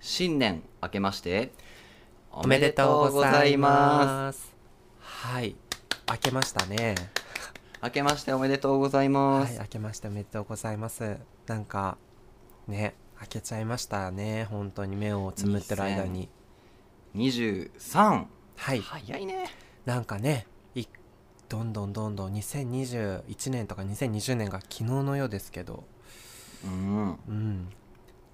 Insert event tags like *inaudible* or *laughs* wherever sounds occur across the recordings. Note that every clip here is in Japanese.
新年明けましておめでとうございすます。はい。明けましたね。明けましておめでとうございはます、い、明けましておめでとうございます。なんか、ね、明けちゃいましたね。本当に目をつむってる間に。 23はい。早いねなんかね、いどんどんどんどん2021年とか2020年が昨日のようですけど、うんうん。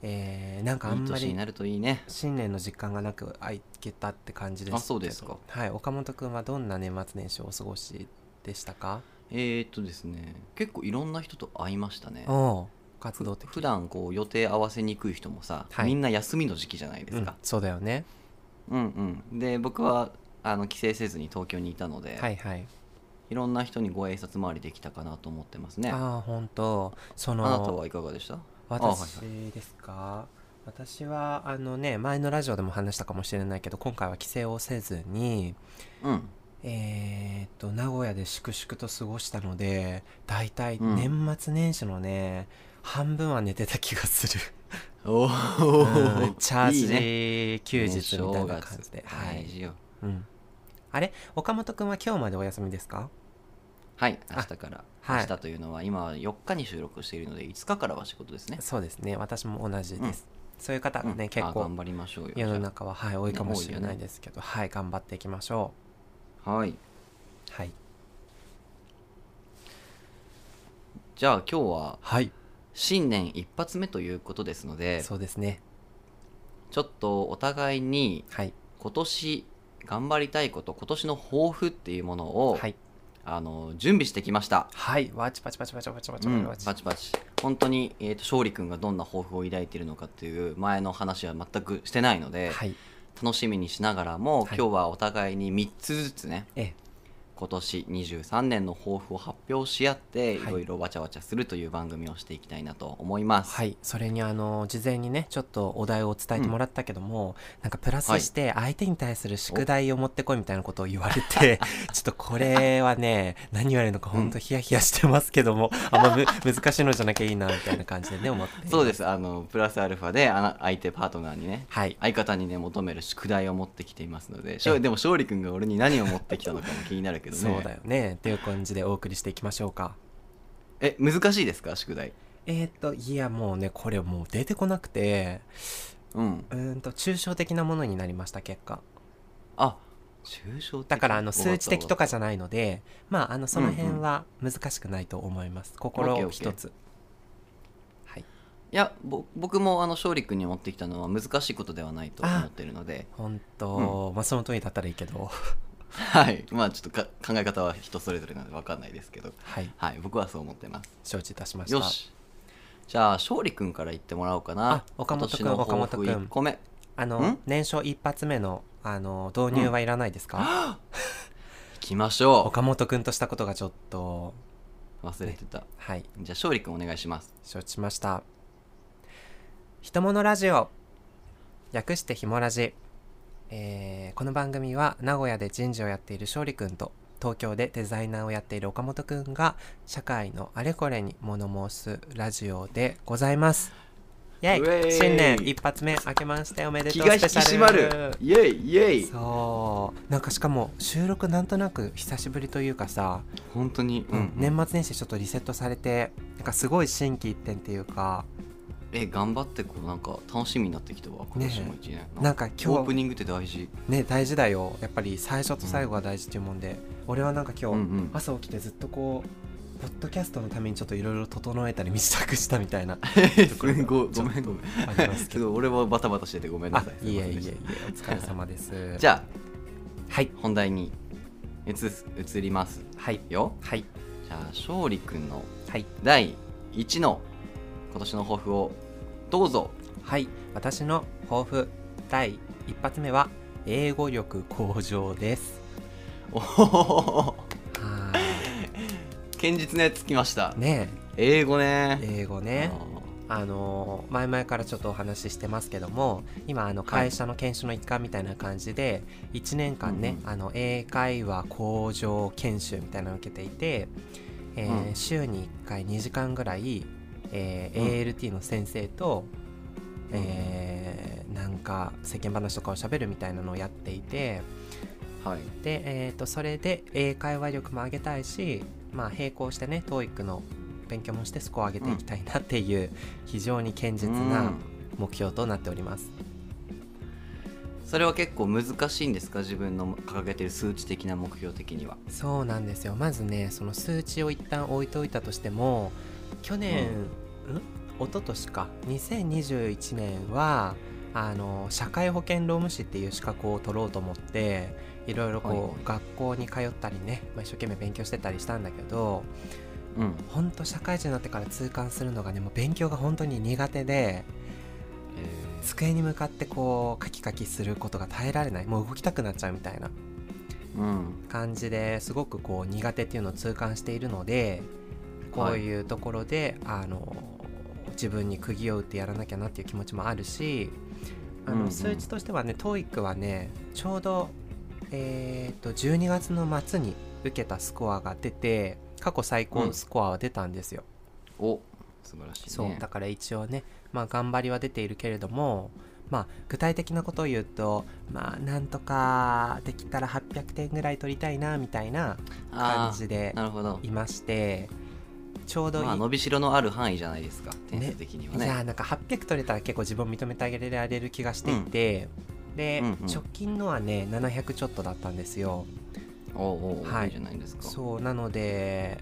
えー、なんかあいいんま年にりなるといいね新年の実感がなく開けたって感じですけど。あそうですかはい。岡本くんはどんな年末年始をお過ごしでしたかえー、っとですね結構いろんな人と会いましたねお活ふ動的普段こう予定合わせにくい人もさ、はいみんな休みの時期じゃないですうかん、そうだよねうんうんで僕はあの帰省せずに東京にいたので、、はいいはいろんな人にご挨拶回りできたかなと思ってますねあああ本当そのなたはいかがでした私ですか、私はあのね前のラジオでも話したかもしれないけど今回は帰省をせずにうんえーっと名古屋で粛々と過ごしたのでだいたいうん年末年始のね、半分は寝てた気がする、おうーんチャーいいねジ休日みたいな感じで、ね正月は大い、事ようん、あれ岡本くんは今日までお休みですかはい明日からは明い日というのは今4日に収録しているので5日からは仕事ですねそうですね私も同じです、そういう方がね、うん結あ構頑張りましょうよ世のじゃ中は、はい、多いかもしれね多いなよいねですけど、はい頑張っていきましょあはい、うはいじゃあ今日ははい新年一発目ということですのでそうですねちょっとお互いにはい今年頑張りたいこと今年の抱負っていうものを、はいあの準備してきました、はいわちパチパチパチパチパうチパチん、パパチチパチ本当に、えー、と勝利君がどんな抱負を抱いているのかっていう前の話は全くしてないので、はい楽しみにしながらも、はい今日はお互いに3つずつねええ今年23年の抱負を発表し合って、はいいろいろわちゃわちゃするという番組をしていきたいなと思います、はいそれにあの事前にねちょっとお題を伝えてもらったけども、なんかプラスして相手に対する宿題を持ってこいみたいなことを言われて *laughs* ちょっとこれはね何言われるのかほんとヒヤヒヤしてますけども、あん *laughs* まむ難しいのじゃなきゃいいなみたいな感じでね思ってそうでですあのプラスアルファであな相手パートナーにねはい相方にね求める宿題を持ってきていますのでしょでも勝利君が俺に何を持ってきたのかも気になるけどね *laughs* そうだよねっていう感じでお送りしていきましょうかえ難しいですか宿題えー、っといやもうねこれもう出てこなくてうんうーんと抽象的なものになりました結果あ抽象的だからあの数値的とかかじゃないのでまああのその辺は難しくないと思います、心を一つはいいやぼ僕もあの勝利君に持ってきたのは難しいことではないと思ってるので本当、まあその通りだったらいいけどはいまあちょっとか考え方は人それぞれなので分かんないですけどはいはい僕はそう思ってます承知いたしましたよしじゃあ勝利君から言ってもらおうかなあ岡本君今年の抱負岡本君一個目あのん年初一発目のあの導入はいらないですか、いきましょ岡本くんとしたことがちょっとう忘れてたはいじゃあ勝利君お願いします承知しましたひとものラジオ略してひもラジ、えーこの番組は名古屋で人事をやっている勝利くんと東京でデザイナーをやっている岡本くんが社会のあれこれに物申すラジオでございますイェイウェイ新年一発目明けましておめでと気うがス引きペシャル締まるイエイイエイそうなんかしかも収録なんとなく久しぶりというかさ、本当に、ううんん年末年始ちょっとリセットされてなんかすごい心機一転っていうかえ頑張ってこうなんか楽しみになってきたわ今年も一年、なんか今日オープニングって大事ね大事だよやっぱり最初と最後が大事っていうもんで、俺はなんか今日、うんうん *laughs* 朝起きてずっとこうポッドキャストのためにちょっといろいろ整えたり身支度したみたいな *laughs* すごいごちょっとめんごめんありますけちょっどと俺はバタバタして *laughs* てごめんなあさいいえいえいえすませんでしお疲れ様ですた *laughs* じゃゃあはいあ本題に移す移りますはいよはいじゃあ勝利君のはい第1の今年の抱負をどうぞはい私の抱負第一発目は英語力向上ですおほほほほは堅実なやつきましたーいね英語ね英語ねあのー前々からちょっとお話ししてますけども今あの会社の研修の一環みたいな感じで1年間ね、うんあの英会話向上研修みたいなのを受けていて、えーうん週に1回2時間ぐらい、えーうん ALT の先生と、えーなんか世間話とかを喋るみたいなのをやっていてはいで、えー、とそれで英会話力も上げたいし、まあ、並行してね TOEIC の勉強もしてスコアを上げていきたいなっていう非常に堅実うなん目標となっております。それは結構難しいんですか自分の掲げてる数値的な目標的にはそうなんですよまずねその数値を一旦置いといたとしても去年、ん、一昨年か2021年はあの社会保険労務士っていう資格を取ろうと思っていろいろこう、はいはい学校に通ったりね、まあ、一生懸命勉強してたりしたんだけどうんほんと社会人になってから痛感するのがねもう勉強が本当に苦手でえ机に向かってこうカキカキすることが耐えられないもう動きたくなっちゃうみたいなーうん感じですごくこう苦手っていうのを痛感しているのでこういうところで、あの自分に釘を打ってやらなきゃなっていう気持ちもあるしあうんうのん数値としてはね TOEIC はねちょうど、えー、と12月の末に受けたスコアが出て過去最高スコアは出たんですよ。お素晴らしいねそうだから一応ね、まあ、頑張りは出ているけれども、まあ、具体的なことを言うとまあなんとかできたら800点ぐらい取りたいなみたいなあ感ーじでなるほどいましてちょうどいい、まあ伸びしろのある範囲じゃないですか点数的にはねいやーなんか800取れたら結構自分を認めてあげられる気がしていて、で、うんうん直近のはね700ちょっとだったんですよおうおうおう、はい、いいじゃないですかそうなので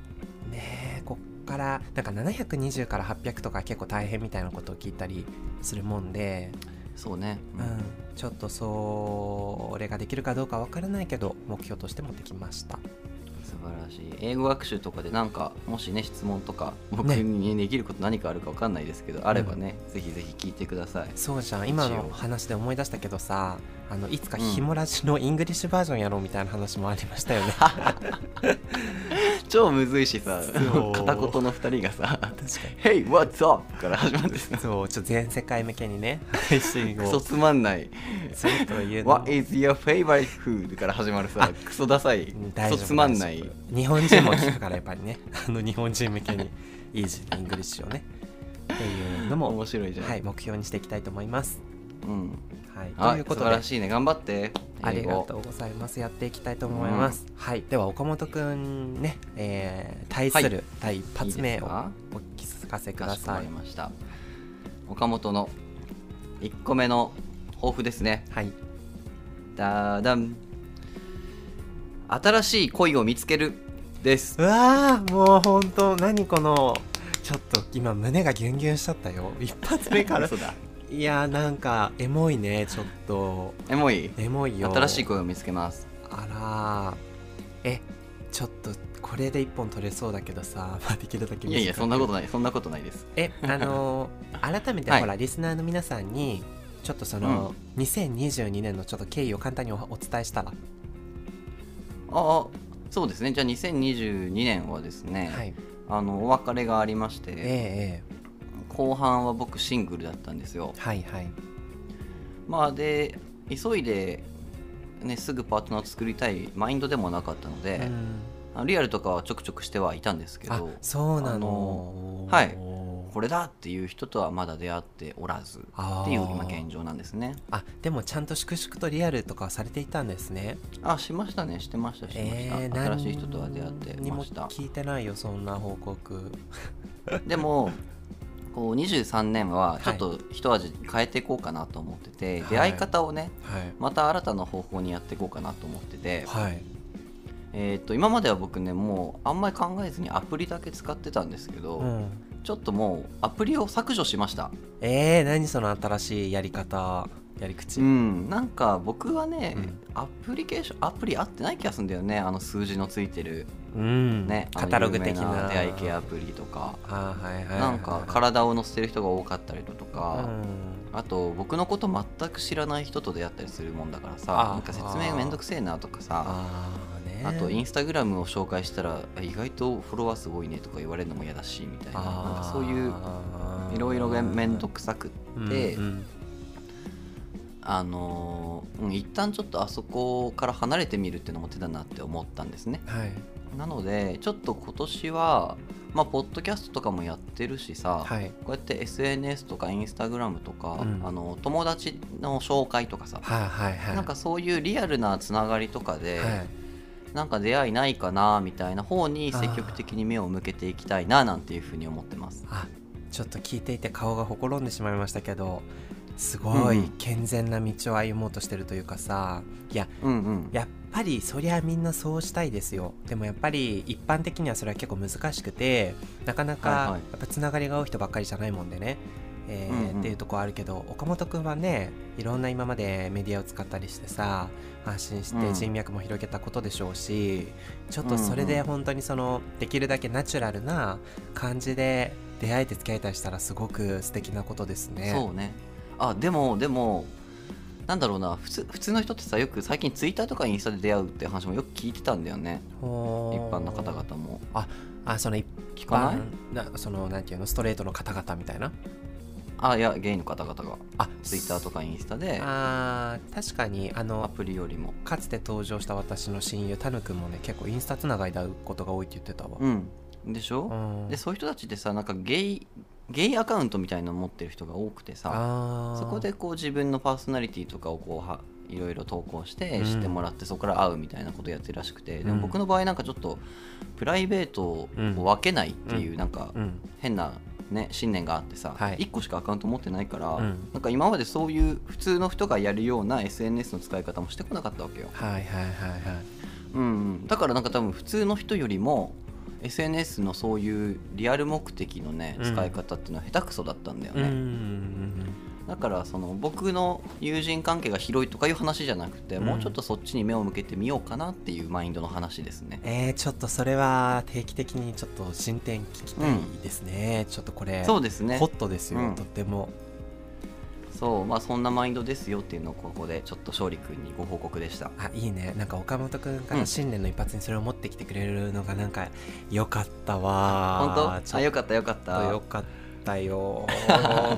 ねえこっからなんか720から800とか結構大変みたいなことを聞いたりするもんで、そうね、ううんんちょっとそれができるかどうかわからないけど目標として持ってきました素晴らしい英語学習とかでなんかもしね質問とか僕ねにできること何かあるかわかんないですけど、あればねぜひぜひ聞いてくださいそうじゃん今一の応話で思い出したけどさあのいつかひもラジのイングリッシュバージョンやろうみたいな話もありまし *laughs* たよね確か超むずいしさそう片言の2人がさに「Hey what's up?」から始まってさそうちょっと全世界向けにね配信クをソつまんないすると「いうのも What is your favorite food?」から始まるさクソダサいうクん大ソ丈夫つまんな大丈い夫日本人も聞くからやっぱりねあの日本人向けにイージーにイングリッシュをねっていうのも面白いじゃん、はい目標にしていきたいと思いますうん、はいとはいいうこ素と晴でらしいね頑張ってありがとううございます。やっていきたいと思います。はい、では岡本くんね、えー対すはる第一発目をおか聞かせくかだしこまさいり。ました岡本の1個目の抱負ですねはい。ダダン新しい恋を見つけるですうわー、もう本当何このちょっと今胸がギュンギュンしちゃったよ。一発目から。嘘だ *laughs* いやーなんかエモいね、ちょっとエモいエモいよ。新しい。恋を見つけますあらー、え、ちょっとこれで一本取れそうだけどさ、 *laughs* まあできるだけ短くいやいやそんなことないそんなことないです *laughs* えあのー改めてはいほら、リスナーの皆さんにちょっとその、2022年のちょっと経緯を簡単におお伝えしたら、ああそうですねじゃあ2022年はですね、はいあのお別れがありまして、ええ後半は僕シングルだったんですよええはいはいまあで急いで、ね、すぐパートナーを作りたいマインドでもなかったので、うんあリアルとかはちょくちょくしてはいたんですけあどそうなあののはいここれだっていう人とはまだ出会っておらずっていう今現状なんですねあでもちゃんと粛々とリアルとかはされていたんですねあしましたねしてましたしてました、ええ新しい人とは出会って何にまもした聞いてないよそんな報告でもこう23年はちょっと一味変えていこうかなと思ってて、はい出会い方をねはいまた新たな方法にやっていこうかなと思ってて、はいえー、と今までは僕ねもうあんまり考えずにアプリだけ使ってたんですけど、うんちょっともうアプリを削除しましたえー、何その新しいやり方やり口、うん、なんか僕はね、うんアプリケーションアプリ合ってない気がするんだよねあの数字のついてるうんね、あのカタログ的有名な出会い系アプリとかあーはいはいはいはいなんか体を乗せてる人が多かったりだとか、うんあと僕のこと全く知らない人と出会ったりするもんだからさあーなんか説明めんどくせえなとかさあーねあとインスタグラムを紹介したらえ意外とフォロワーすごいねとか言われるのも嫌だしみたいななんかそういういろいろがめんどくさくって、うんうんあのーうん一旦ちょっとあそこから離れてみるっていうのも手だなって思ったんですねはいなのでちょっと今年はまあポッドキャストとかもやってるしさ、はいこうやって SNS とかインスタグラムとか、うんあの友達の紹介とかさ、はいはいはいなんかそういうリアルなつながりとかで、はいなんか出会いないかなみたいな方に積極的に目を向けていきたいななんていうふうに思ってます。あちょっと聞いていて顔がほころんでしまいましたけどすごいうん健全な道を歩もうとしてるというかさいやうんうん。やっぱりそりゃみんなそうしたいですよでもやっぱり一般的にはそれは結構難しくてなかなはいかはいやっぱつながりが多い人ばっかりじゃないもんでね、えーうんうんっていうところあるけど岡本君はねいろんな今までメディアを使ったりしてさ発信しうてん人脈も広げたことでしょうし、ちょっとそれで本当にそのできるだけナチュラルな感じで出会えて付き合えたりしたらすごく素敵なことですね。そうね。あでもでもなんだろうな普通普通の人ってさよく最近ツイッターとかインスタで出会うって話もよく聞いてたんだよねほ一ー般の方々も。あその一聞かない般なそのなんていうのストレートの方々みたいなあいやゲイの方々があツイッターとかインスタであー確かにあアのプリよりも。かつて登場した私の親友タヌ君もね結構インスタつながりで会うことが多いって言ってたわ、うん、でしょ、うんでそういう人たちってさなんかゲイゲイアカウントみたいなの持ってる人が多くてさあーそこでこう自分のパーソナリティとかをこうはいろいろ投稿してうん知ってもらって、そこから会うみたいなことやってるらしくて、でうんも僕の場合なんかちょっとプライベートを分けないっていうなんかうん変な、ね、信念があってさ、はい1個しかアカウント持ってないから、うんなんか今までそういう普通の人がやるような SNS の使い方もしてこなかったわけよ、はいはいはいはいうんうん、だからなんか多分普通の人よりも SNS のそういうリアル目的のねうん使い方っていうのは下手くそだったんだようね、んうんうんだからその僕の友人関係が広いとかいう話じゃなくて、うんもうちょっとそっちに目を向けてみようかなっていうマインドの話ですね。えー、ちょっとそれは定期的にちょっと進展聞きたいですね、ちょっとこれそうですねホットですよ、うんとってもそうまあそんなマインドですよっていうのをここでちょっと勝利君にご報告でしたあいいねなんか岡本くんかうらん新年の一発にそれを持ってきてくれるのがなんか良かったわ本当ちょっとあよかったよかっちょっとよたかった *laughs* よ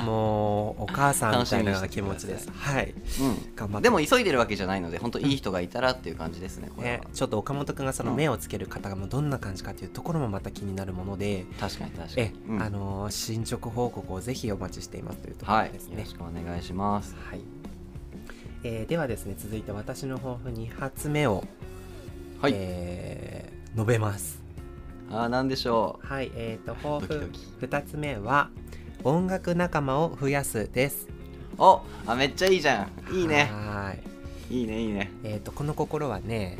もうお母さんみたいな気持ちですはいう頑張っんてでも急いでるわけじゃないので本当いい人がいたらっていう感じですねこれねは、ちょっと岡本君がそのうん目をつける方がもうどんな感じかというところもまた気になるもので、確かに確かにえ、うんあのー進捗報告をぜひお待ちしていますというとこはろいですよろねし、くお願いしますはいえーではですね続いて私の抱負2発目を、はい、えー述べますあーなんでしょはいえー、と抱ドキ負ドキ2つ目は音楽仲間を増やすですうおあめっちゃいいじゃんいいねはーいいいねいいねえー、とこの心はね、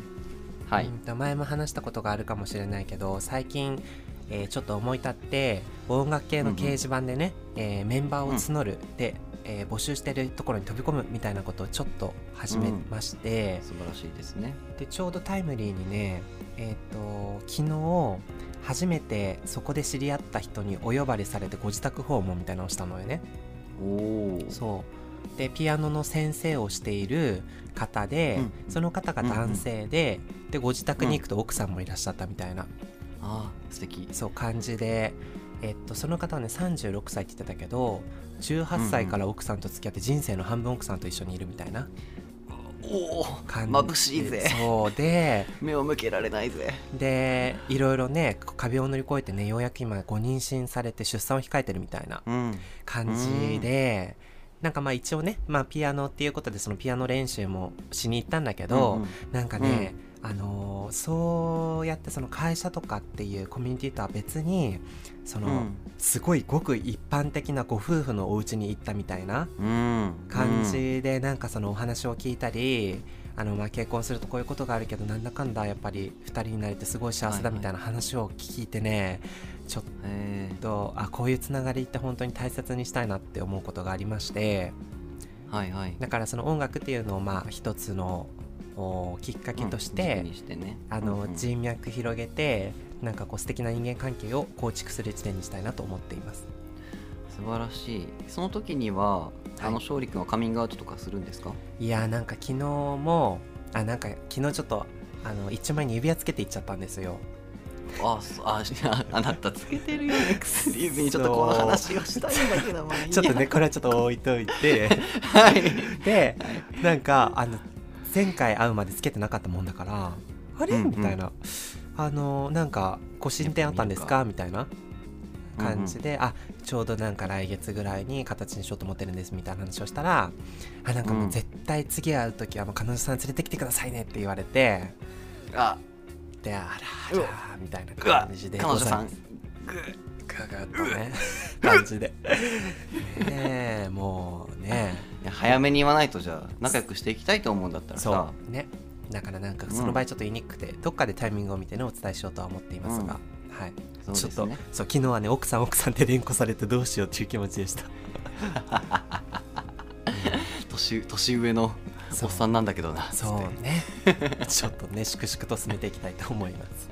はいうんと前も話したことがあるかもしれないけど最近、えーちょっと思い立って音楽系の掲示板でね、えーメンバーを募る、で、えー募集してるところに飛び込むみたいなことをちょっと始めまして、素晴らしいですねでちょうどタイムリーにね、えー、と昨日初めてそこで知り合った人にお呼ばれされてご自宅訪問みたいなのをしたのよね。おおそうでピアノの先生をしている方で、うんその方が男性で,、でご自宅に行くと奥さんもいらっしゃったみたいな、あー素敵そう感じで、えっと、その方はね36歳って言ってたけど18歳から奥さんと付き合って人生の半分奥さんと一緒にいるみたいなおお感じ眩しいぜそうで目を向けられないぜでいろいろね壁を乗り越えてねようやく今ご妊娠されて出産を控えてるみたいなうん感じで、なんかまあ一応ね、まあ、ピアノっていうことでそのピアノ練習もしに行ったんだけど、なんかね、あのーそうやってその会社とかっていうコミュニティとは別にその、すごいごく一般的なご夫婦のお家に行ったみたいなうん感じで、なんかそのお話を聞いたり。あのまあ結婚するとこういうことがあるけどなんだかんだやっぱり2人になれてすごい幸せだみたいな話を聞いてね、ちょっとうんへえっとあこういうつながりって本当に大切にしたいなって思うことがありましてーはいはいだからその音楽っていうのをまあ一つのおきっかけとして,、うん軸にしてねあのうんうん人脈広げてなんかこう素敵な人間関係を構築する地点にしたいなと思っています素晴らしいその時にはあのはい勝利君はカミングアウトとかするんですかいやーなんか昨日もあなんか昨日ちょっとあの一丁前に指輪つけていっちゃったんですよあそうあしあなたつけてるよね薬指にちょっとこの話をしたいんだけ *laughs* どまあいいやちょっとねこれはちょっと置いといてはいでなんかあの前回会うまでつけてなかったもんだからあれうんうんみたいな、あのなんかご進展あったんですかみたいな感じで、あちょうどなんか来月ぐらいに形にしようと思ってるんですみたいな話をしたらあなんかもううん絶対次会う時はもう彼女さん連れてきてくださいねって言われてあであうらあわらみたいなうわ感じで彼女さんガガッと *laughs* ね感じでねえもうねいや早めに言わないとじゃあ仲良くしていきたいと思うんだったらそさうねだからなんかその場合ちょっと言いにくくて、どっかでタイミングを見てねお伝えしようとは思っていますが、はいそうちょでっすとねそう昨日はね奥さん奥さんって連呼されてどうしようっていう気持ちでした年年上のそおうっさんなんだけどなつそってう *laughs* ねちょっとね粛々と進めていきたいと思います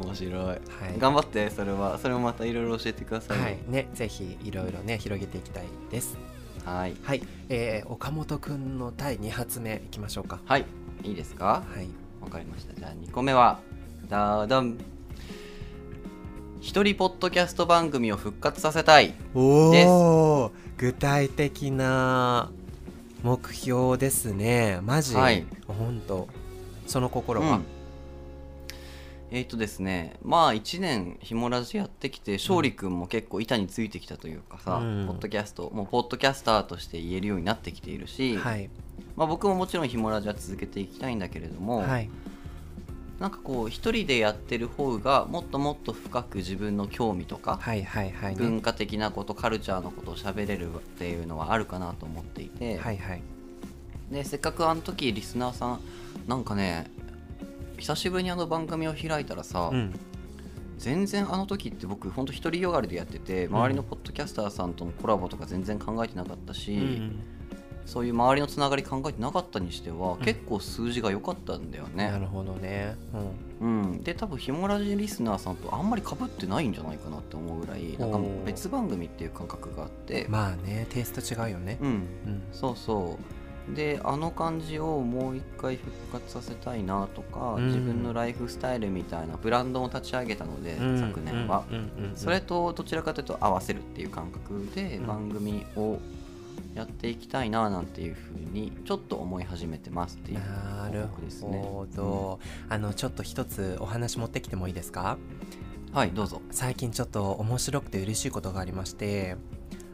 面白いはい頑張ってそれはそれもまたいろいろ教えてくださいはいねねぜひいろいろね広げていきたいですはいはい、えー、岡本くんの第2発目いきましょうかはいいいですかはいわかりましたじゃあ2個目はダダン一人ポッドキャスト番組を復活させたいおお具体的な目標ですねマジ、はい本当その心は、うんえっ、とですねまあ1年ひもラジやってきて勝利君も結構板についてきたというかさ、うんポッドキャストもうポッドキャスターとして言えるようになってきているし、はいまあ、僕ももちろんひもラジは続けていきたいんだけれども、はいなんかこう一人でやってる方がもっともっと深く自分の興味とか、はいはいはいね文化的なことカルチャーのことを喋れるっていうのはあるかなと思っていて、はいはいでせっかくあの時リスナーさんなんかね久しぶりにあの番組を開いたらさ、うん全然あの時って僕ほんと独りよがりでやってて周りのポッドキャスターさんとのコラボとか全然考えてなかったし、うんそういう周りのつながり考えてなかったにしては、ん結構数字が良かったんだよなね、るほどねうんうん、で多分ひもラジリスナーさんとあんまり被ってないんじゃないかなって思うぐらいなんかおー別番組っていう感覚があって、まあねテイスト違うよねうん、うんそうそうであの感じをもう一回復活させたいなとか、うん自分のライフスタイルみたいなブランドも立ち上げたので、うん昨年は、うんうんうんそれとどちらかというと合わせるっていう感覚でうん番組をやっていきたいななんていうふうにちょっと思い始めてますっていうなる報告ですね。ほど、あのちょっと一つお話持ってきてもいいですかうんはいどうぞ。最近ちょっと面白くて嬉しいことがありまして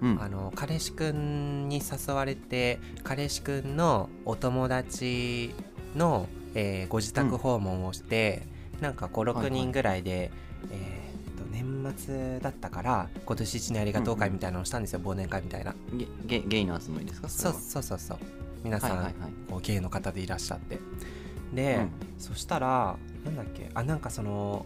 うんあの彼氏くんに誘われて彼氏くんのお友達の、えーご自宅訪問をして、なんかはいは56い人ぐらいで、えーっと年末だったから今年一年ありがとう会みたいなのをしたんですよ、忘年会みたいなゲゲゲイの集まりですかそうれはそうそうそう皆さん、はいはいはい。こうゲイの方でいらっしゃってで、うんそしたらなんだっけあなんかその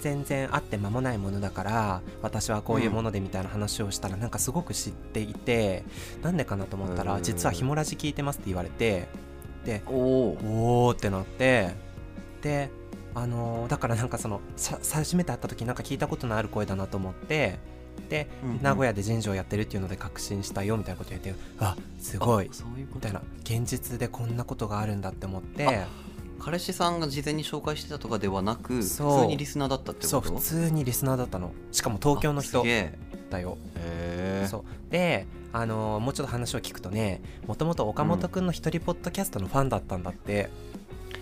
全然会って間もないものだから私はこういうものでみたいな話をしたら、なんかすごく知っていてなんでかなと思ったら、うん実はひもラジ聞いてますって言われてでおおおーってなってであのーだからなんかそのさ初めて会った時なんか聞いたことのある声だなと思ってで、名古屋屋で神社をやってるっていうので確信したよみたいなこと言ってあすごいそういうことみたいな現実でこんなことがあるんだって思って彼氏さんが事前に紹介してたとかではなく普そう通にリスナーだったってことそう普通にリスナーだったのしかも東京のあ人すげえだよへえそうで、あのーもうちょっと話を聞くとねもともと岡本くんの一人ポッドキャストのファンだったんだって、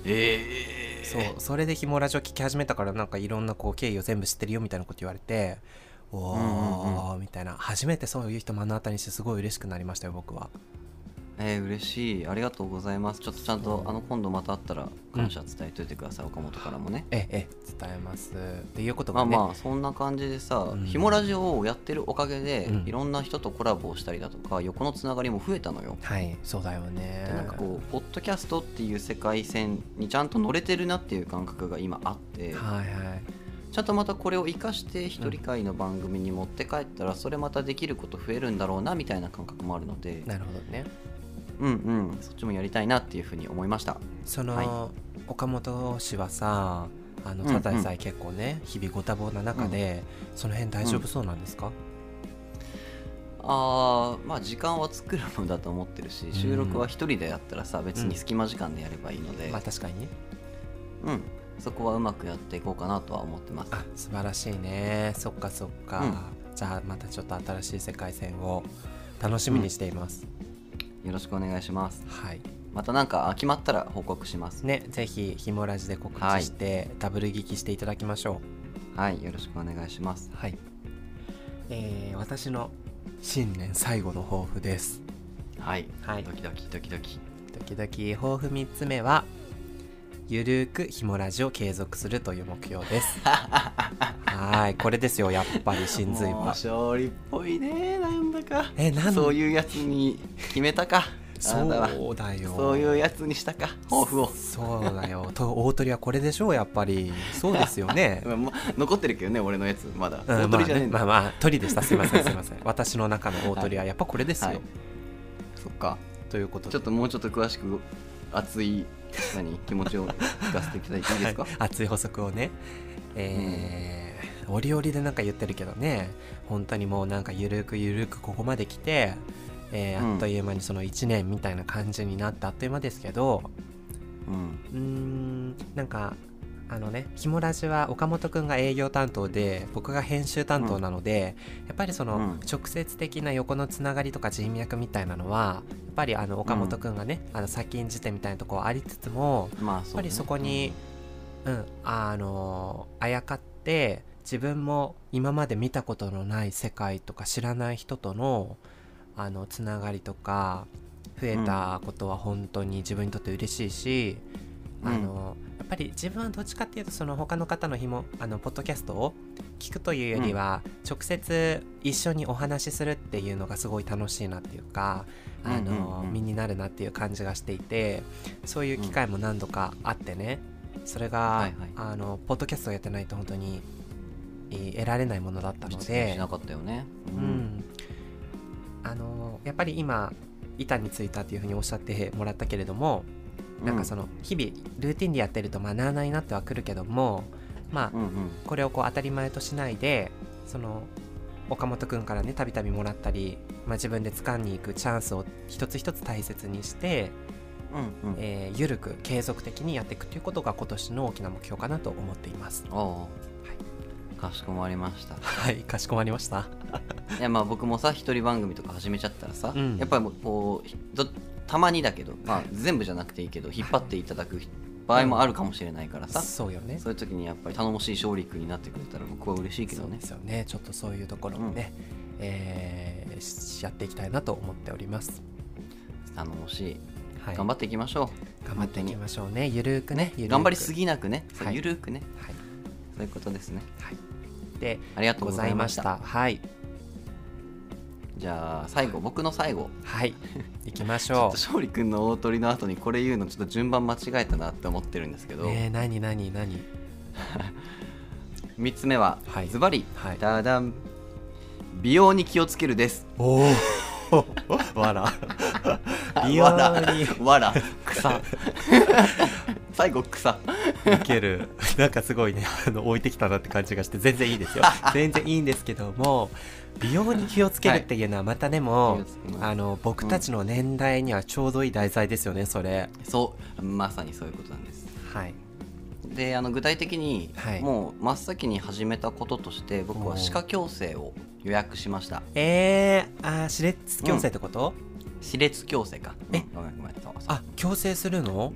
ええそうそれでひもラジオ聞き始めたからなんかいろんなこう経緯を全部知ってるよみたいなこと言われておうんーみたいな初めてそういう人目の当たりにしてすごい嬉しくなりましたよ僕はえー、嬉しいありがとうございますちょっとちゃんとあの今度また会ったら感謝伝えといてください、岡本からもねええええ伝えますっていうことまがあね、まあそんな感じでさうんひもラジオをやってるおかげで、うんいろんな人とコラボをしたりだとか横のつながりも増えたのよはいそうだよねでなんかこうポッドキャストっていう世界線にちゃんと乗れてるなっていう感覚が今あってはいはいちゃんとまたこれを活かして一人会の番組に持って帰ったらそれまたできること増えるんだろうなみたいな感覚もあるのでなるほどねうんうんそっちもやりたいなっていうふうに思いましたその、は岡本氏はさあのうんうんただでさえ結構ね、日々ご多忙な中で、その辺大丈夫そうなんですか、あーまあ時間は作るものだと思ってるし収録は一人でやったらさ別うんに隙間時間でやればいいのでまあ確かにねうんそこはうまくやっていこうかなとは思ってますあ素晴らしいねそっかそっか、じゃあまたちょっと新しい世界線を楽しみにしています、よろしくお願いしますはいまたなんかあ決まったら報告しますねぜひひもラジで告知して、ダブル聞きしていただきましょはいよろしくお願いしますうはいえー、私の新年最後の抱負ですはい、はいドキドキドキドキ時々抱負3つ目はゆるーくひもラジを継続するという目標です *laughs* はいこれですよやっぱり真髄もうは勝利っぽいねなんだかえなんそういうやつに決めたかあなたはそうだよそういうやつにしたか抱負をそうだよと大鳥はこれでしょうやっぱりそうですよ *laughs* ねうんま残ってるけどね俺のやつまだう大ん鳥じゃねえんだ、まあね、まあまあ鳥でしたすいませんすいません私の中の大鳥はやっぱこれですよ、はいそっかということでちょっともうちょっと詳しく熱い何気持ちを聞かせていただいていいです *laughs* かはい熱い補足をねえー折々でなんか言ってるけどね本当にもうなんかゆるくゆるくここまで来て、えーうんあっという間にその1年みたいな感じになってあっという間ですけどうんうーんなんかあのね「ひもラジ」は岡本くんが営業担当で僕が編集担当なので、やっぱりその、うん直接的な横のつながりとか人脈みたいなのはやっぱりあの岡本くんがね、あの先んじてみたいなとこありつつもまあやそっう、ぱりそこに、うん、あのあやかって自分も今まで見たことのない世界とか知らない人とのあのつながりとか増えたことは本当に自分にとって嬉しいし、うんあのやっぱり自分はどっちかっていうとその他の方のひもあのポッドキャストを聞くというよりは、直接一緒にお話しするっていうのがすごい楽しいなっていうかうあの、んうんうん身になるなっていう感じがしていてそういう機会も何度かあってね、それが、はいはいあのポッドキャストをやってないと本当に、えー得られないものだったうんの失礼でしなかったよねううんあのやっぱり今板についたっていうふうにおっしゃってもらったけれども、なんかその日々ルーティンでやってるとまあなあなあになってはくるけどもまうあんうんこれをこう当たり前としないでその岡本くんからねたびたびもらったり、まあ、自分で掴んに行くチャンスを一つ一つ大切にして、うんうんえー、緩く継続的にやっていくということが今年の大きな目標かなと思っていますおおかしこまりましたはいかしこまりましたいやまあ僕もさ一人番組とか始めちゃったらさ、うんやっぱりもうこうどたまにだけど、まあ、全部じゃなくていいけど引っ張っていただく場合もあるかもしれないからさ、そうよねそういう時にやっぱり頼もしい勝利君になってくれたら僕は嬉しいけどそうねですよねちょっとそういうところもね、えーしやっていきたいなと思っております、頼もしい、はい、頑張っていきましょ頑張っていきましょうねゆるーくねうゆるーく頑張りすぎなくね、そうはいゆるくねはいそういうことですねでありがとうごござざいいままししたたはいじゃあ最後僕の最後はい行きましちょっとょ勝利君の大鳥の後にこれ言うのちょっと順番間違えたなって思ってるんですけうど、ねえ何何何3つ目ははいズバリはいダダン美容に気をつけるですおおわら美容に *laughs* わら草 *laughs* 最後草いける *laughs* なんかすごいねあの置いてきたなって感じがして全然いいで *laughs* すよ全然いいんですけども美容に気をつけるっていうのはまたでも、気をつけますあの僕たちの年代にはちょうどいい題材ですよねそれそうまさにそういうことなんですはいであの具体的に、はいもう真っ先に始めたこととして僕おーは歯科矯正を予約しましたえー、あー歯列矯正ってこと、歯列矯正かえうんごめんごめんそうそうあ矯正するの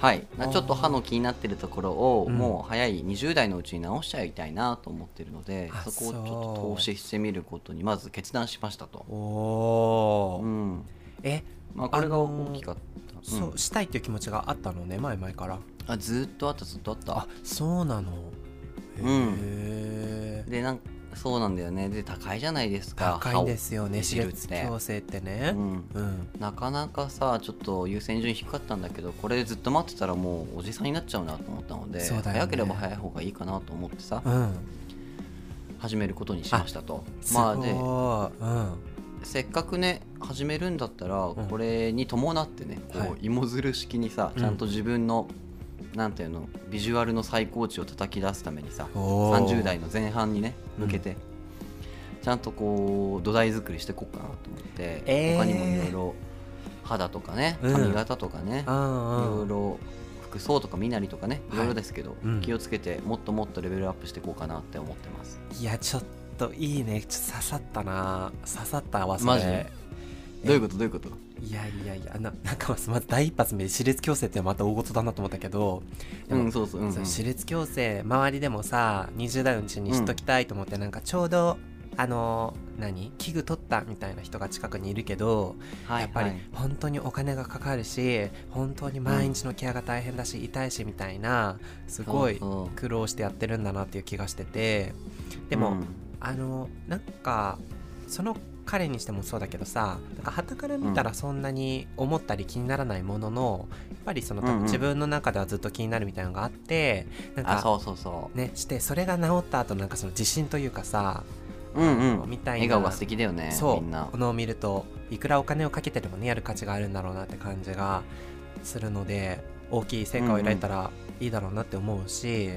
はいあーちょっと歯の気になってるところを、うんもう早い20代のうちに直しちゃいたいなと思ってるのであそこをちょっそうと投資してみることにまず決断しましたと、おお、うんえまあ、これが大きかった、そうんうしたいっていう気持ちがあったのね前々からあずーっとあったずっとあったあそうなのへうんえ、でなんそうなんだよねで高いじゃないですか高いんですよ歯をねい歯じるっ列て矯正ってねうんうん、なかなかさちょっと優先順位低かったんだけどこれずっと待ってたらもうおじさんになっちゃうなと思ったので、そうだよね早ければ早い方がいいかなと思ってさうん始めることにしましたとすごい、まあでうんせっかくね始めるんだったらんこれに伴ってね、はいこう芋づる式にさちゃんと自分の、なんていうのビジュアルの最高値を叩き出すためにさおー30代の前半にね向けて、ちゃんとこう土台作りしていこうかなと思って、えー他にもいろいろ肌とかねうん髪型とかね、うんいろういんろ服装とか身なりとかねはいいろいろですけど、うん気をつけてもっともっとレベルアップしていこうかなって思ってますいやちょっといいねちょっと刺さったな刺さったわそれマジでどういうことどういうこといやいやいやななんかまずまず第一発目で歯列矯正ってまた大事だなと思ったけどでうもんそうそううんうんそう歯列矯正周りでもさ20代のうちにしときたいと思って、なんかちょうどあのー何器具取ったみたいな人が近くにいるけど、はいやっぱりはい本当にお金がかかるし本当に毎日のケアが大変だし、痛いしみたいなすごそいうそう苦労してやってるんだなっていう気がしててでも、うんあのなんかその彼にしてもそうだけどさなんか旗から見たらそんなに思ったり気にならないものの、やっぱりその多うんうん分自分の中ではずっと気になるみたいなのがあってなんあかそうそうそねしてそれが治った後のなんかその自信というかさ、ううんうんみたいな笑顔が素敵だよねそうみんなものを見るといくらお金をかけてでもねやる価値があるんだろうなって感じがするので大きい成果を得られたらいいだろうなって思うし、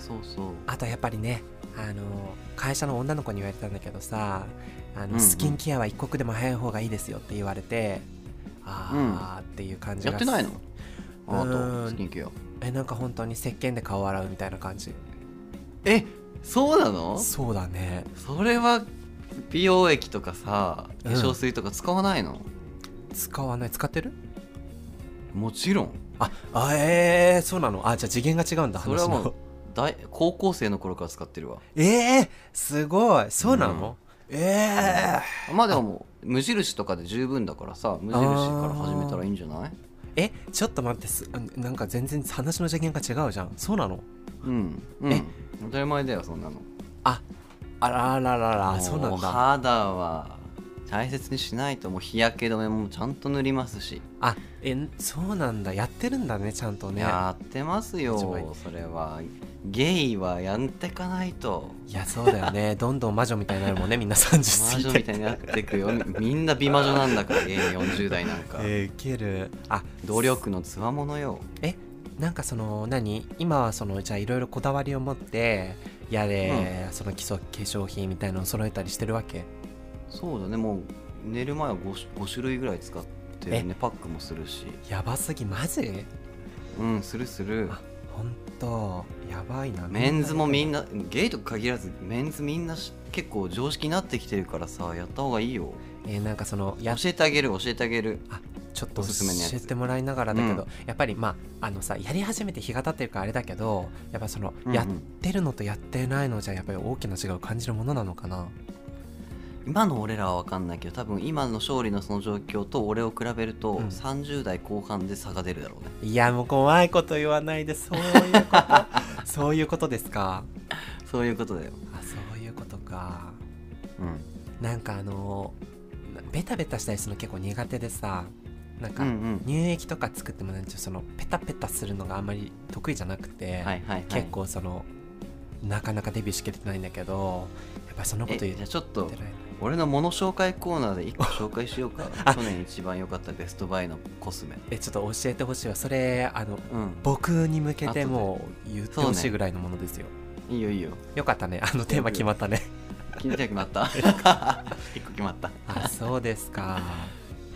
そうそうあとやっぱりねあの会社の女の子に言われたんだけどさあうんの、うんスキンケアは一刻でも早い方がいいですよって言われてああっていう感じがやってないのうあーんとスキンケアえなんか本当に石鹸で顔洗うみたいな感じえそうなのそうだねそれは美容液とかさ化うん粧水とか使わないの、使わない使ってるもちろんああえー、そうなのあじゃあ次元が違うんだそれはも話の *laughs* う大高校生の頃から使ってるわえー、すごいそうなの、えまあでももう無印とかで十分だからさ無印から始めたらいいんじゃないー、えちょっと待ってすなんか全然話の次元が違うじゃんそうなのうん、うんえ、当たり前だよそんなのあらららもらそうなんだ肌は大切にしないともう日焼け止めもちゃんと塗りますし、あえそうなんだやってるんだねちゃんとねやってますよ一番いそれはゲイはやってかないといやそうだよ *laughs* ねどんどん魔女みたいになるもんねみんな30魔過ぎ女てみたいになってくよみんな美魔女なんだからゲイ40代なんか、えー、ウケるあ努力のつわものよなんかその何今はそのじゃあいろいろこだわりを持ってやれ、その基礎化粧品みたいのを揃えたりしてるわけそうだねもう寝る前は 5, 5種類ぐらい使ってるねパックもするしやばすぎマジうんするするあほんとやばいなメンズもみんななゲイとか限らずメンズみんなし結構常識になってきてるからさやった方がいいよえーなんかそのや教えてあげる教えてあげるちょっとお教すすめのやつえてもらいながらだけど、うやっぱりまああのさやり始めて日が経ってるからあれだけどやっぱその、うんうんやってるのとやってないのじゃやっぱり大きな違いを感じるものなのかな今の俺らは分かんないけど多分今の勝利のその状況と俺を比べると、うん30代後半で差が出るだろうねいやもう怖いこと言わないでそういう *laughs* ことそういうことですかそういうことだよ、あそういうことかうん、なんかあのベタベタしたりするの結構苦手でさなんか、うんうん乳液とか作ってもなんていうそのペタペタするのがあんまり得意じゃなくはて、いはいはい結構そのなかなかデビューしきれてないんだけどやっぱりそのこえと言っじゃあちょっとてられない俺の物紹介コーナーで1個紹介しようか *laughs* あ去年一番良かったベストバイのコスメえちょっと教えてほしいわそれあのうん僕に向けてもう言ってほしいぐらいのものですよ、いいよいいよよかったねあのテーマ決まったね金ちゃん決まった *laughs* 一個決まったあそうです *laughs* か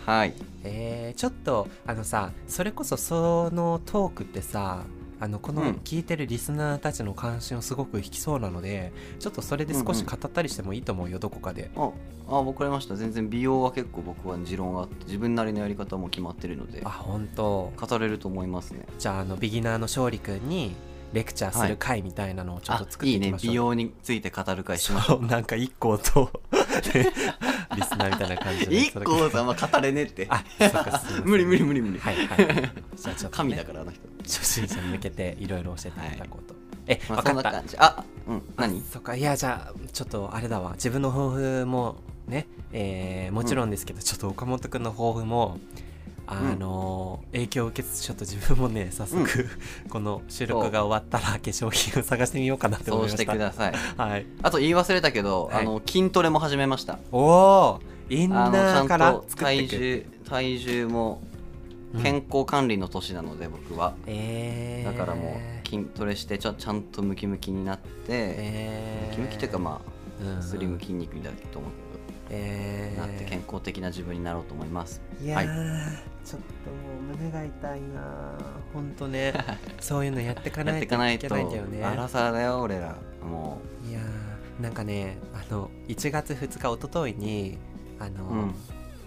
はいえー、ちょっとあのさそれこそそのトークってさあのこのうん聞いてるリスナーたちの関心をすごく引きそうなので、ちょっとそれで少し語ったりしてもいいと思うよ、どこかでああ分かりました全然美容は結構僕は持論があって自分なりのやり方も決まってるのであ本当語れると思いますねじゃああのビギナーの勝利くんにレクチャーする回みたいなのをちょっと作っていきましょいう、いね美容について語る会しましょそうなんか一行と *laughs* ねリスナーみたいな感じう *laughs* で一個それさんは語れねえってあそっかすいませ *laughs* ん無理無理無理無理、はいはいじゃあちょっと、ね、神だからあの人、初心者に向けていろいろ教えていただこうと、えま分あ、そんかなった感じあうん何そっかいやじゃあちょっとあれだわ自分の抱負もね、えーもちろんですけど、ちょっと岡本君の抱負もあのー影響を受けつつちょっと自分もね早速、 *laughs* この収録が終わったら化粧品を探してみようかなってそ思いうまししてたくださいはい、あと言い忘れたけど、はいあの筋トレも始めましたおおインあのちナーかゃんらと作って体いく重体重も健康管理の年なので、僕はえだー、からもう筋トレしてちゃちゃんとムキムキになって、えー、ムキムキというかまうんうんあスリム筋肉になると思うけえど、ー、なって健康的な自分になろうと思いますいやはー、い、ちょっともう胸が痛い *laughs* なーほんとねそういうのやってかやっなていいかとないいとけないんだよねアラサーだよ俺らもいやーなんかねあの1月2日おとといにあの、う、う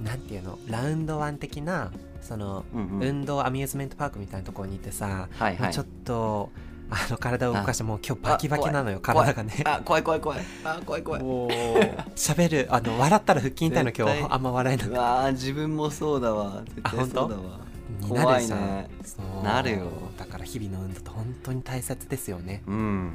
ん、なんていうのラウンドワン的なその、うんうん運動アミューズメントパークみたいなところに行ってさ、はいもはういちょっとあの体を動かしてもう今日あバキバキなのよ体がねあ怖い怖い怖いあ怖い *laughs* 怖いもう喋るあの笑ったら腹筋痛いの絶今対日あんま笑えなうくわー自分もそうだわ絶あ対本当そうだわにな怖るいさ、ねそうなるよだから日々の運動って本当に大切ですよねうん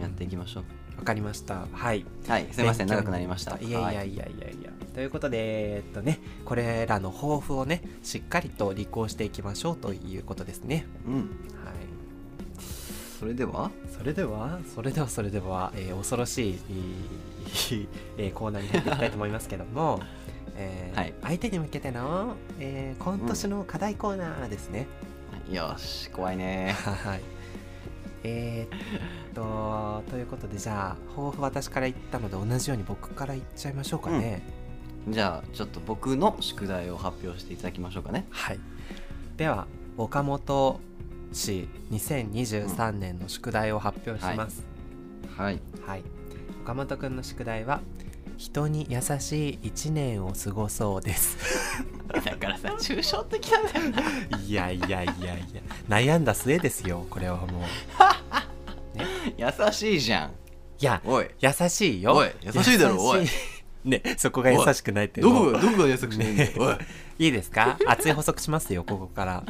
やっていきましょうわかりましたはいはいすいません長くなりましたいやいやはいいやいやいや。ということで、えっとね、これらの抱負をね、しっかりと履行していきましょうということですね。うんはい。それではそれでは、それではそれでは、えー恐ろしい、 *laughs* いいえーコーナーに入っていきたいと思いますけども、えーはい相手に向けての、えー今年の課題コーナーですね。よし怖いねはい。えーっと、ということで、じゃあ、抱負私から言ったので、同じように僕から言っちゃいましょうかね。じゃあちょっと僕の宿題を発表していただきましょうかねはい、では岡本氏2023年の宿題を発表します、はいはい岡本くんの宿題は人に優しい一年を過ごそうですだからさ抽象的なんだよ *laughs* ないやいやいやいや悩んだ末ですよこれはもう優しいじゃんいやおい優しいよおい優しいだろおい優しいねそこが優しくないっていうどのこがどこが優しくしないんだよね *laughs* おいはいいいですか熱い補足しますよここから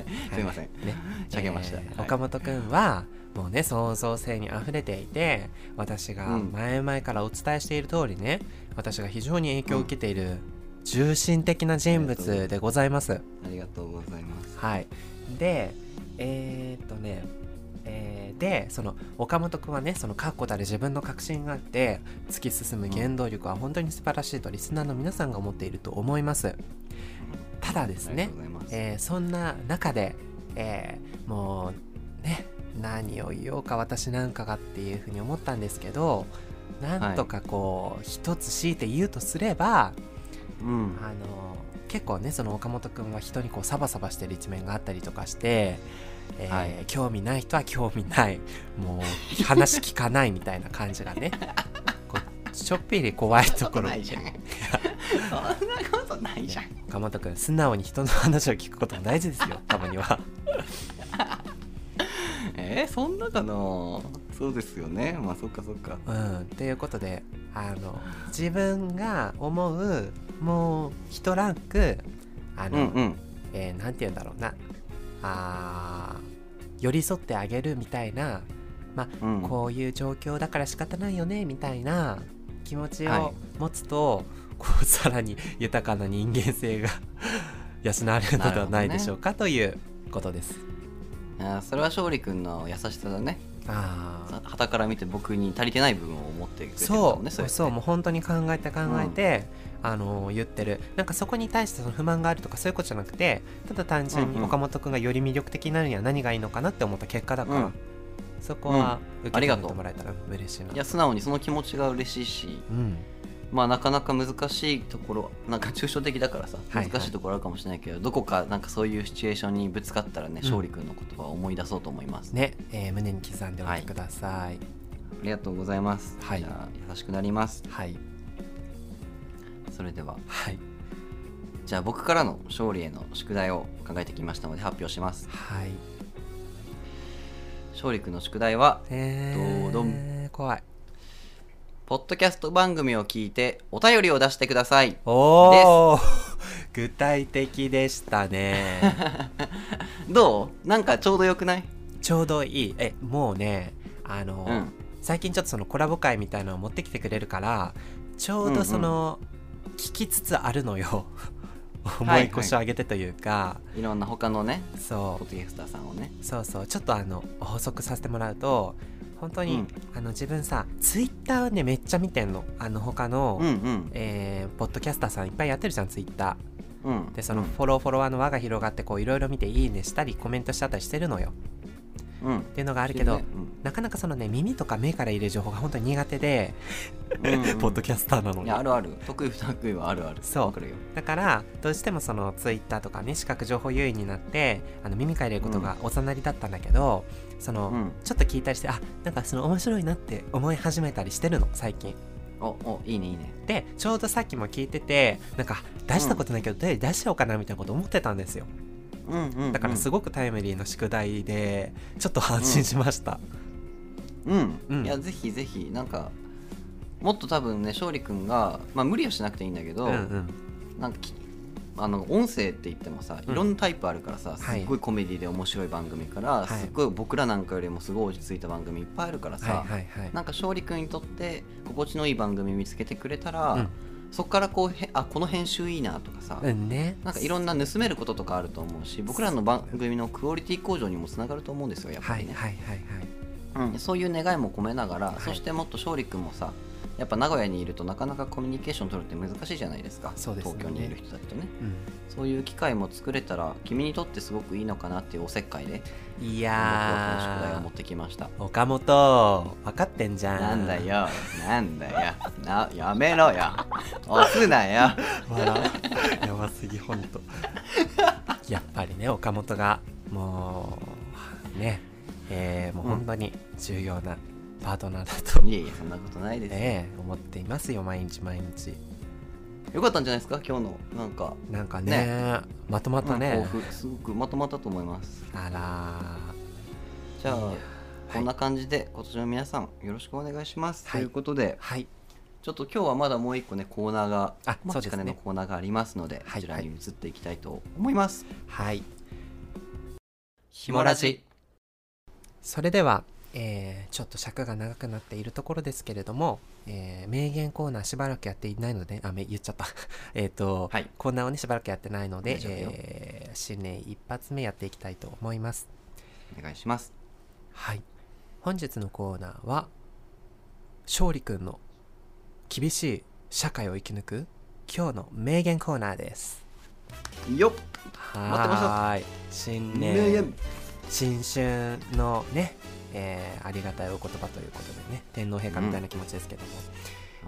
い *laughs* すいませんねしゃげましたえーはい岡本くんはもうね創造性にあふれていて私がうん前々からお伝えしている通りね、私が非常に影響を受けている重心的な人物でございます。ありがとうございますはい、でえーっとねえーでその岡本君はねその確固たる自分の確信があって突き進む原動力は本当に素晴らしいとリスナーの皆さんが思っていると思いますただですありがねとうございますえーそんな中で、えーもうね何を言おうか私なんかがっていうふうに思ったんですけどなんとかこう、一つ強いて言うとすればうんあの結構ねその岡本君は人にこうサバサバしてる一面があったりとかして、えーはい興味ない人は興味ないもう話聞かないみたいな感じが *laughs* ねこうちょっぴり怖いところないじ *laughs* ゃんそんなことないじゃん岡本君素直に人の話を聞くことも大事ですよたまには。えー、そんなかなそうですよねまあそっかそっかうん、っていうことであの自分が思うもう一ランクあうの、んうんえーなんて言うんだろうなあー寄り添ってあげるみたいな、うんこういう状況だから仕方ないよねみたいな気持ちはいを持つと、こうさらに豊かな人間性が *laughs* 養われるのではないでしょうか、ということです。あーそれは勝利君の優しさだねあーはたから見て僕に足りてない部分を持ってくれてるんだそもんうねそうれってもう本当に考えて考えて、あの言ってるなんかそこに対してその不満があるとかそういうことじゃなくてただ単純うんにうん岡本君がより魅力的になるには何がいいのかなって思った結果だから、うんそこは受けありが止とうめてもらえたら嬉しいな。いや素直にその気持ちが嬉しいしうんまあなかなか難しいところなんか抽象的だからさはいはい難しいところあるかもしれないけど、どこかなんかそういうシチュエーションにぶつかったらね、勝利君の言葉を思い出そうと思います、ね、えー胸に刻んでおいてくださあい。りがとうございます、はいじゃあ優しくなりますはい、それでははい、じゃあ僕からの勝利への宿題を考えてきましたので発表しますはい。勝利君の宿題はえどうどん怖い。ポッドキャスト番組を聞いてお便りを出してくださいおお、 *laughs* 具体的でしたね。 *laughs* どうなんかちょうどよくないちょうどいいえもうねあの、うん最近ちょっとそのコラボ会みたいなのを持ってきてくれるからちょうどその、聞きつつある *laughs* のよ思はいい越しを上げてというか、いろんな他のねポッそドキャスターさんをねうそうそうちょっとあの補足させてもらうと本当に、うんあの自分さツイッターをねめっちゃ見てんのあの他の、うんうんえーポッドキャスターさんいっぱいやってるじゃんツイッタうんーでそのフォローフォロワーの輪が広がってこういろいろ見ていいねしたりコメントしたりしてるのようんっていうのがあるけど、ねなかなかそのね耳とか目から入れる情報が本当に苦手で、うんうんうん *laughs* ポッドキャスターなのいにやあるある得意不得意はあるあるそうわかるよだからどうしてもそのツイッターとかね視覚情報優位になってあの耳から入れることがおざなりだったんだけど、その、うんちょっと聞いたりしてあなんかその面白いなって思い始めたりしてるの最近おおいいねいいねでちょうどさっきも聞いててなんか出したことないけど、どれ出しようかなみたいなこと思ってたんですようんうん、だからすごごくタイムリーの宿題でちょっと安心しました、うん、うんいやぜひぜひなんかもっと多分ね勝利くんが、まあ、無理をしなくていいんだけど、うんうんなんかきあの音声って言ってもさうんいろんなタイプあるからさ、すはいっごいコメディで面白い番組から、いすっごい僕らなんかよりもすごい落ち着いた番組いっぱいあるからさ、はいはいはいなんか勝利君にとって心地のいい番組見つけてくれたら、うんそこからこうへあこの編集いいなとかさ、うんねなんかいろんな盗めることとかあると思うし僕らの番組のクオリティ向上にもつながると思うんですよやっぱはいりね、はいはいうん、そういう願いも込めながら、はいそしてもっと勝利君もさやっぱ名古屋にいるとなかなかコミュニケーション取るって難しいじゃないですかそうですね東京にいる人たちとねはそういう機会も作れたら君にとってすごくいいのかなっていうおせっかいでい、うん、い僕はこの宿題をや持ってきましたー岡本分かってんじゃんなんだよなんだよなやめろよ押すなよ笑 *laughs* うやばすぎほんとやっぱりね岡本がもうねえーもう本当に重要なパートナーだと、いえいえそんなことないですよ、えー思っていますよ毎日毎日よかったんじゃないですか今日のなんかなんかねまとまったうんね抱負すごくまとまったと思いますあらじゃあいやこんな感じで今年も皆さんよろしくお願いします、はいということでーはいちょっと今日はまだもう一個ねコーナーがあお待ちかねそうですねのコーナーがありますので、はいこちらに移っていきたいと思います、はいひもラジそれでは、えーちょっと尺が長くなっているところですけれども、えー名言コーナーしばらくやっていないのであめ言っちゃった *laughs* えっと、はいコーナーをねしばらくやってないので大、丈夫よえー新年一発目やっていきたいと思いますお願いしますはい本日のコーナーは勝利くんの厳しい社会を生き抜く今日の名言コーナーですよっはってましたーい新年名言新春のね、えーありがたいお言葉ということでね天皇陛下みたいな気持ちですけども、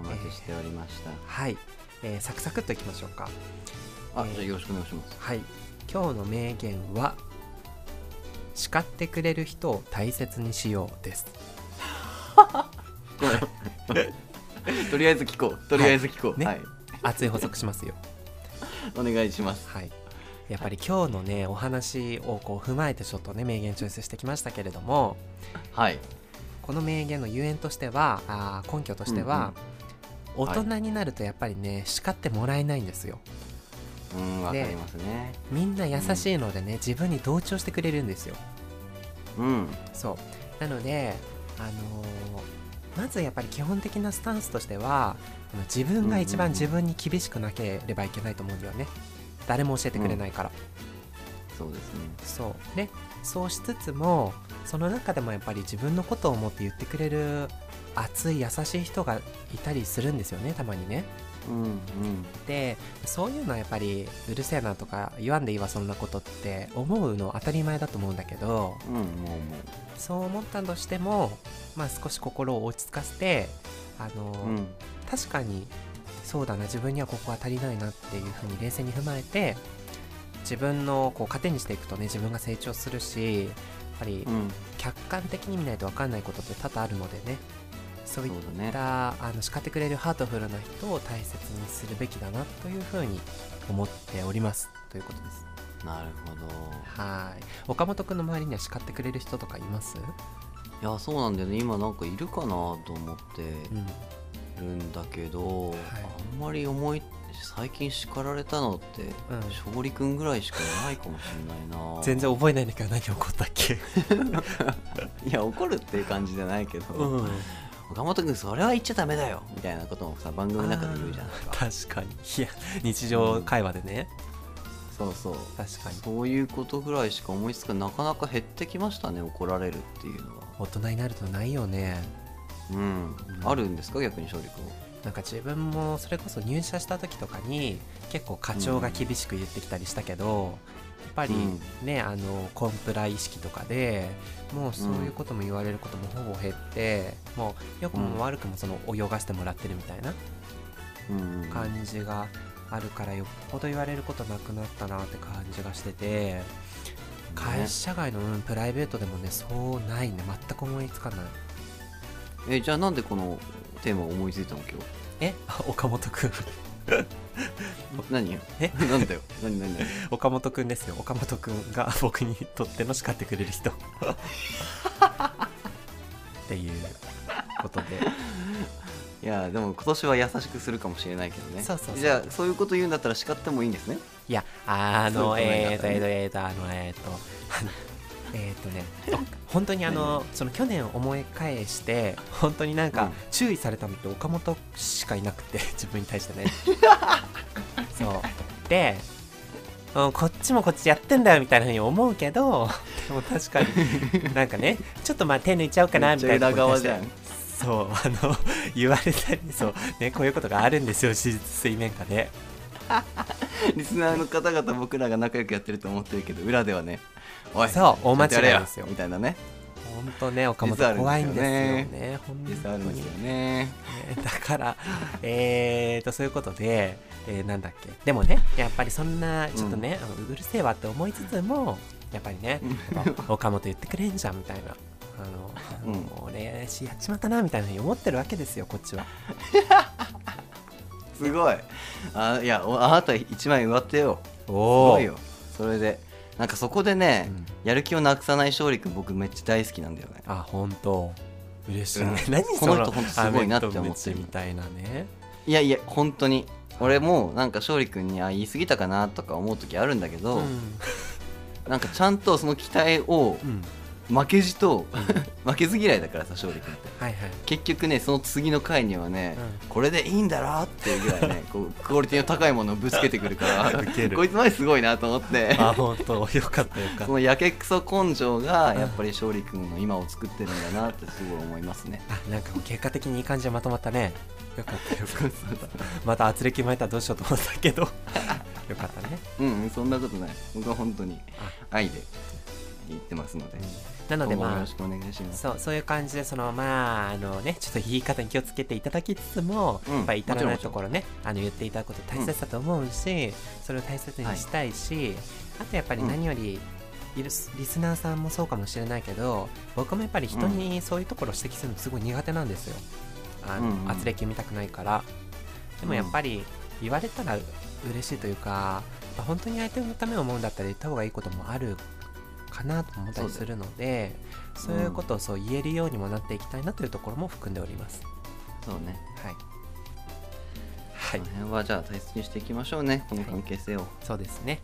お待ちしておりました、はい、えーサクサクっといきましょうかあじゃあよろしくお願いしますはい今日の名言は「叱ってくれる人を大切にしよう」ですごめんとりあえず聞こうとりあえず聞こう、ねはい熱い補足しま *laughs* すよお願いしますはいやっぱり今日のねお話をこう踏まえてちょっとね名言チョイスしてきましたけれどもはいこの名言のゆえんとしてはあー根拠としては、んはい大人になるとやっぱりね叱ってもらえないんですようんわかりますねみんな優しいのでね、自分に同調してくれるんですようんそうなのであのーまずやっぱり基本的なスタンスとしてはあの自分が一うん番うんうん自分に厳しくなければいけないと思うんだよね誰も教えてくれないから、そうですねそうねそうしつつもその中でもやっぱり自分のことを思って言ってくれる熱い優しい人がいたりするんですよねたまにねうんうんでそういうのはやっぱりうるせえなとか言わんでいいわそんなことって思うの当たり前だと思うんだけどうんもうもそう思ったとしても、まあ、少し心を落ち着かせてあの、ううん確かにそうだな自分にはここは足りないなっていうふうに冷静に踏まえて自分のこう糧にしていくとね自分が成長するしやっぱりうん客観的に見ないと分かんないことって多々あるのでねそういっそうだねた、あの叱ってくれるハートフルな人を大切にするべきだなというふうに思っておりますということですなるほどはい岡本君の周りには叱ってくれる人とかいます、いやそうなんだよね今なんかいるかなと思ってうん、るんだけど、いあんまり思い最近叱られたのって、うん勝利くんぐらいしかいないかもしれない *laughs* な全然覚えないんだけど何起こったっけいや怒るっていう感じじゃないけど、ん岡本君それは言っちゃダメだよみたいなこともさ番組の中で言うじゃないですか確かにいや日常会話でね、そうそう確かにそういうことぐらいしか思いつかなかなか減ってきましたね怒られるっていうのは大人になるとないよねうん、うんあるんですか逆に勝利君はなんか自分もそれこそ入社した時とかに結構課長が厳しく言ってきたりしたけど、やっぱりね、あのコンプラ意識とかでもうそういうことも言われることもほぼ減って、もう良くも悪くもその泳がしてもらってるみたいなうんうん感じがあるからよっぽど言われることなくなったなって感じがしてて会社外の、うんプライベートでもねそうないね全く思いつかないえじゃあなんでこのテーマ思いついたの今日え *laughs* あ岡本くん何よえ *laughs* なんだよ何何何岡本くんですよ岡本くんが *laughs* 僕にとっての叱ってくれる *laughs* 人っていうことでいやでも今年は優しくするかもしれないけどねそうそうそうじゃあそういうこと言うんだったら叱ってもいいんですねいやあそうのごめんえなーとさいえねーとえーとあのえーとあのえーとねお本当にあのその去年思い返して本当になんうかん注意されたのって岡本しかいなくて *laughs* 自分に *laughs* 対してねそうでうんこっちもこっちやってんだよみたいなふうに思うけど *laughs* でも確 *laughs* かになんかねちょっとまあ手抜いちゃおうかなみたいなめっちゃ裏側じゃん *laughs* そうあの *laughs* 言われたりそうねこういうことがあるんですよ手術水面下でリスナーの方々僕らが仲良くやってると思ってるけど裏ではねおいそう大間違いちゃんとやれよですよみたいなね本当ね岡本実はあるんですよね怖いんですよね本実当はあるんでにすよねね *laughs* だからえーとそういうことで、えーなんだっけでもねやっぱりそんなちょっとね、ううるせえわって思いつつもやっぱりねやっぱ岡本言ってくれんじゃんみたいな。あのうんもうねしやっちまったなみたいなふうに思ってるわけですよこっちはすごいあいやおあなた一枚上手よすおごいよそれでなんかそこでね、うんやる気をなくさない勝利君僕めっちゃ大好きなんだよねあ本当嬉しい、うん何そのこの人ほんとすごいなって思ってるアメとムチみたいなねいやいや本当に俺もなんか勝利君にあ言い過ぎたかなとか思う時あるんだけど、んなんかちゃんとその期待をうん負けじと負けず嫌いだからさ勝利君ってはいはい結局ねその次の回にはね、うこれでいいんだろっていうぐらいねこうクオリティの高いものをぶつけてくるか *laughs* ウケらるこいつマジすごいなと思ってあ本当よかったよかったそのやけくそ根性がやっぱり勝利君の今を作ってるんだなってすごい思いますねあなんかもう結果的にいい感じでまとまったねよかったよ *laughs* かそうっそうそうたまた圧力巻いたらどうしようと思ったけど *laughs* よかったね、うんうんそんなことない僕は本当にあ愛で言ってますので、なので今後もよまろあしくお願いしますそうそういう感じでそのまああのねちょっと言い方に気をつけていただきつつも、うんやっぱり至らないもちとろんころねあの言っていただくこと大切だと思うし、それを大切にしたいし、あとやっぱり何より、いるリスナーさんもそうかもしれないけど僕もやっぱり人にそういうところを指摘するのすごい苦手なんですよ、あのうんうん圧力見たくないからでもやっぱり言われたら嬉しいというか、まあ本当に相手のためを思うんだったら言った方がいいこともあるかなと思ったりするのでそそうう,、だよいうことをそう言えるようにもなっていきたいなというところも含んでおりますそうねはいはいこの辺はじゃあ大切にしていきましょうねこの関係性を、そうですね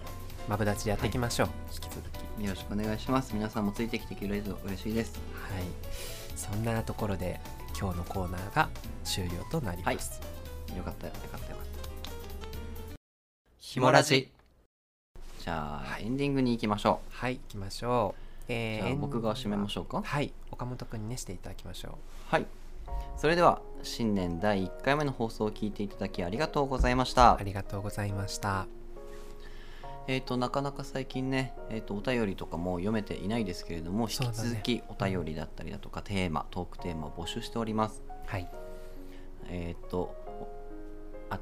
マブダチでやっていきましょう、引き続きよろしくお願いします皆さんもついてきてくれると嬉しいですはいそんなところで今日のコーナーが終了となります、よかったよよかったよかったひじゃあ、はエンディングに行きましょはい行きましょううえじゃあ僕が締めまょしょうかはい岡本君にねしていただきましょはいそれでは新年第1回目の放送を聞いていただきありがとうございましたうありがとうございましたえっ、となかなか最近ね、えー、とお便りとかも読めていないですけれどもそう引だきね続きお便りだったりだとかテーマトークテーマを募集しておりますはいえっ、と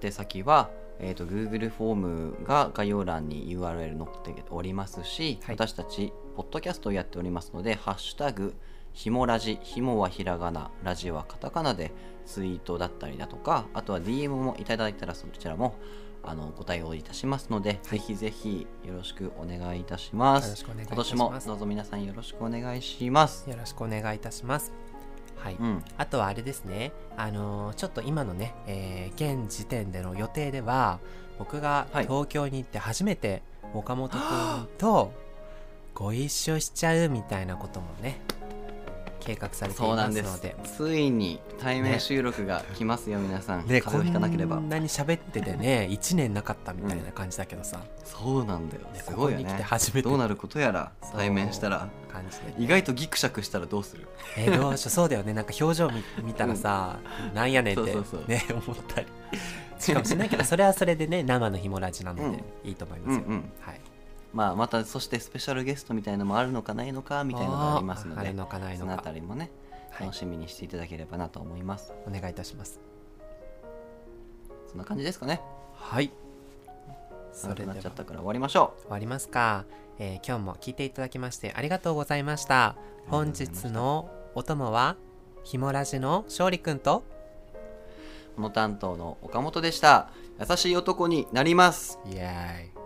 宛先は、えー、と Google フォームが概要欄に URL 載っておりますし、はい私たちポッドキャストをやっておりますので「ハッシュタグひもラジ」ひもはひらがなラジはカタカナでツイートだったりだとかあとは DM もいただいたらそちらもあのご対応いたしますので、ぜひぜひよろしくお願いいたしまよろすしくお願いいた今しま年すもどうぞ皆さんよろしくお願いします、よろしくお願いいたしますはい、うん、あとはあれですね、あのーちょっと今のね、えー現時点での予定では、僕がはい東京に行って初めて岡本くんとご一緒しちゃうみたいなこともね、計画されていそうなまんすでのすで。ついに対面ね収録が来ますよ、皆さん、ね、風邪をひかなければこんなに喋っててね1年なかったみたいな感じだけどさ、そうなんだよね *laughs* すごいよここに来てね初めてどうなることやらそう対面したら感じで意外とギクシャクしたらどうするえーどうしようそうだよねなんか表情見見たらさ、なんやねんってそうそうそうね思ったりしかもしれないけどそれはそれでね生のひもラジなので、いいと思いますよ、うんうんはいまあまたそしてスペシャルゲストみたいのもあるのかないのかみたいのがありますのあーあでるのかないそののあかたりもねはい楽しみにしていただければなと思います、お願いいたしますそんな感じですかねはいそ長れでくはなっちゃ終ったから終わりましょわりますか、えー今日も聞いていただきましてありがとうございました本日のお供はひもラジの勝利くんとうこの担当の岡本でした優しい男になりますイエーイ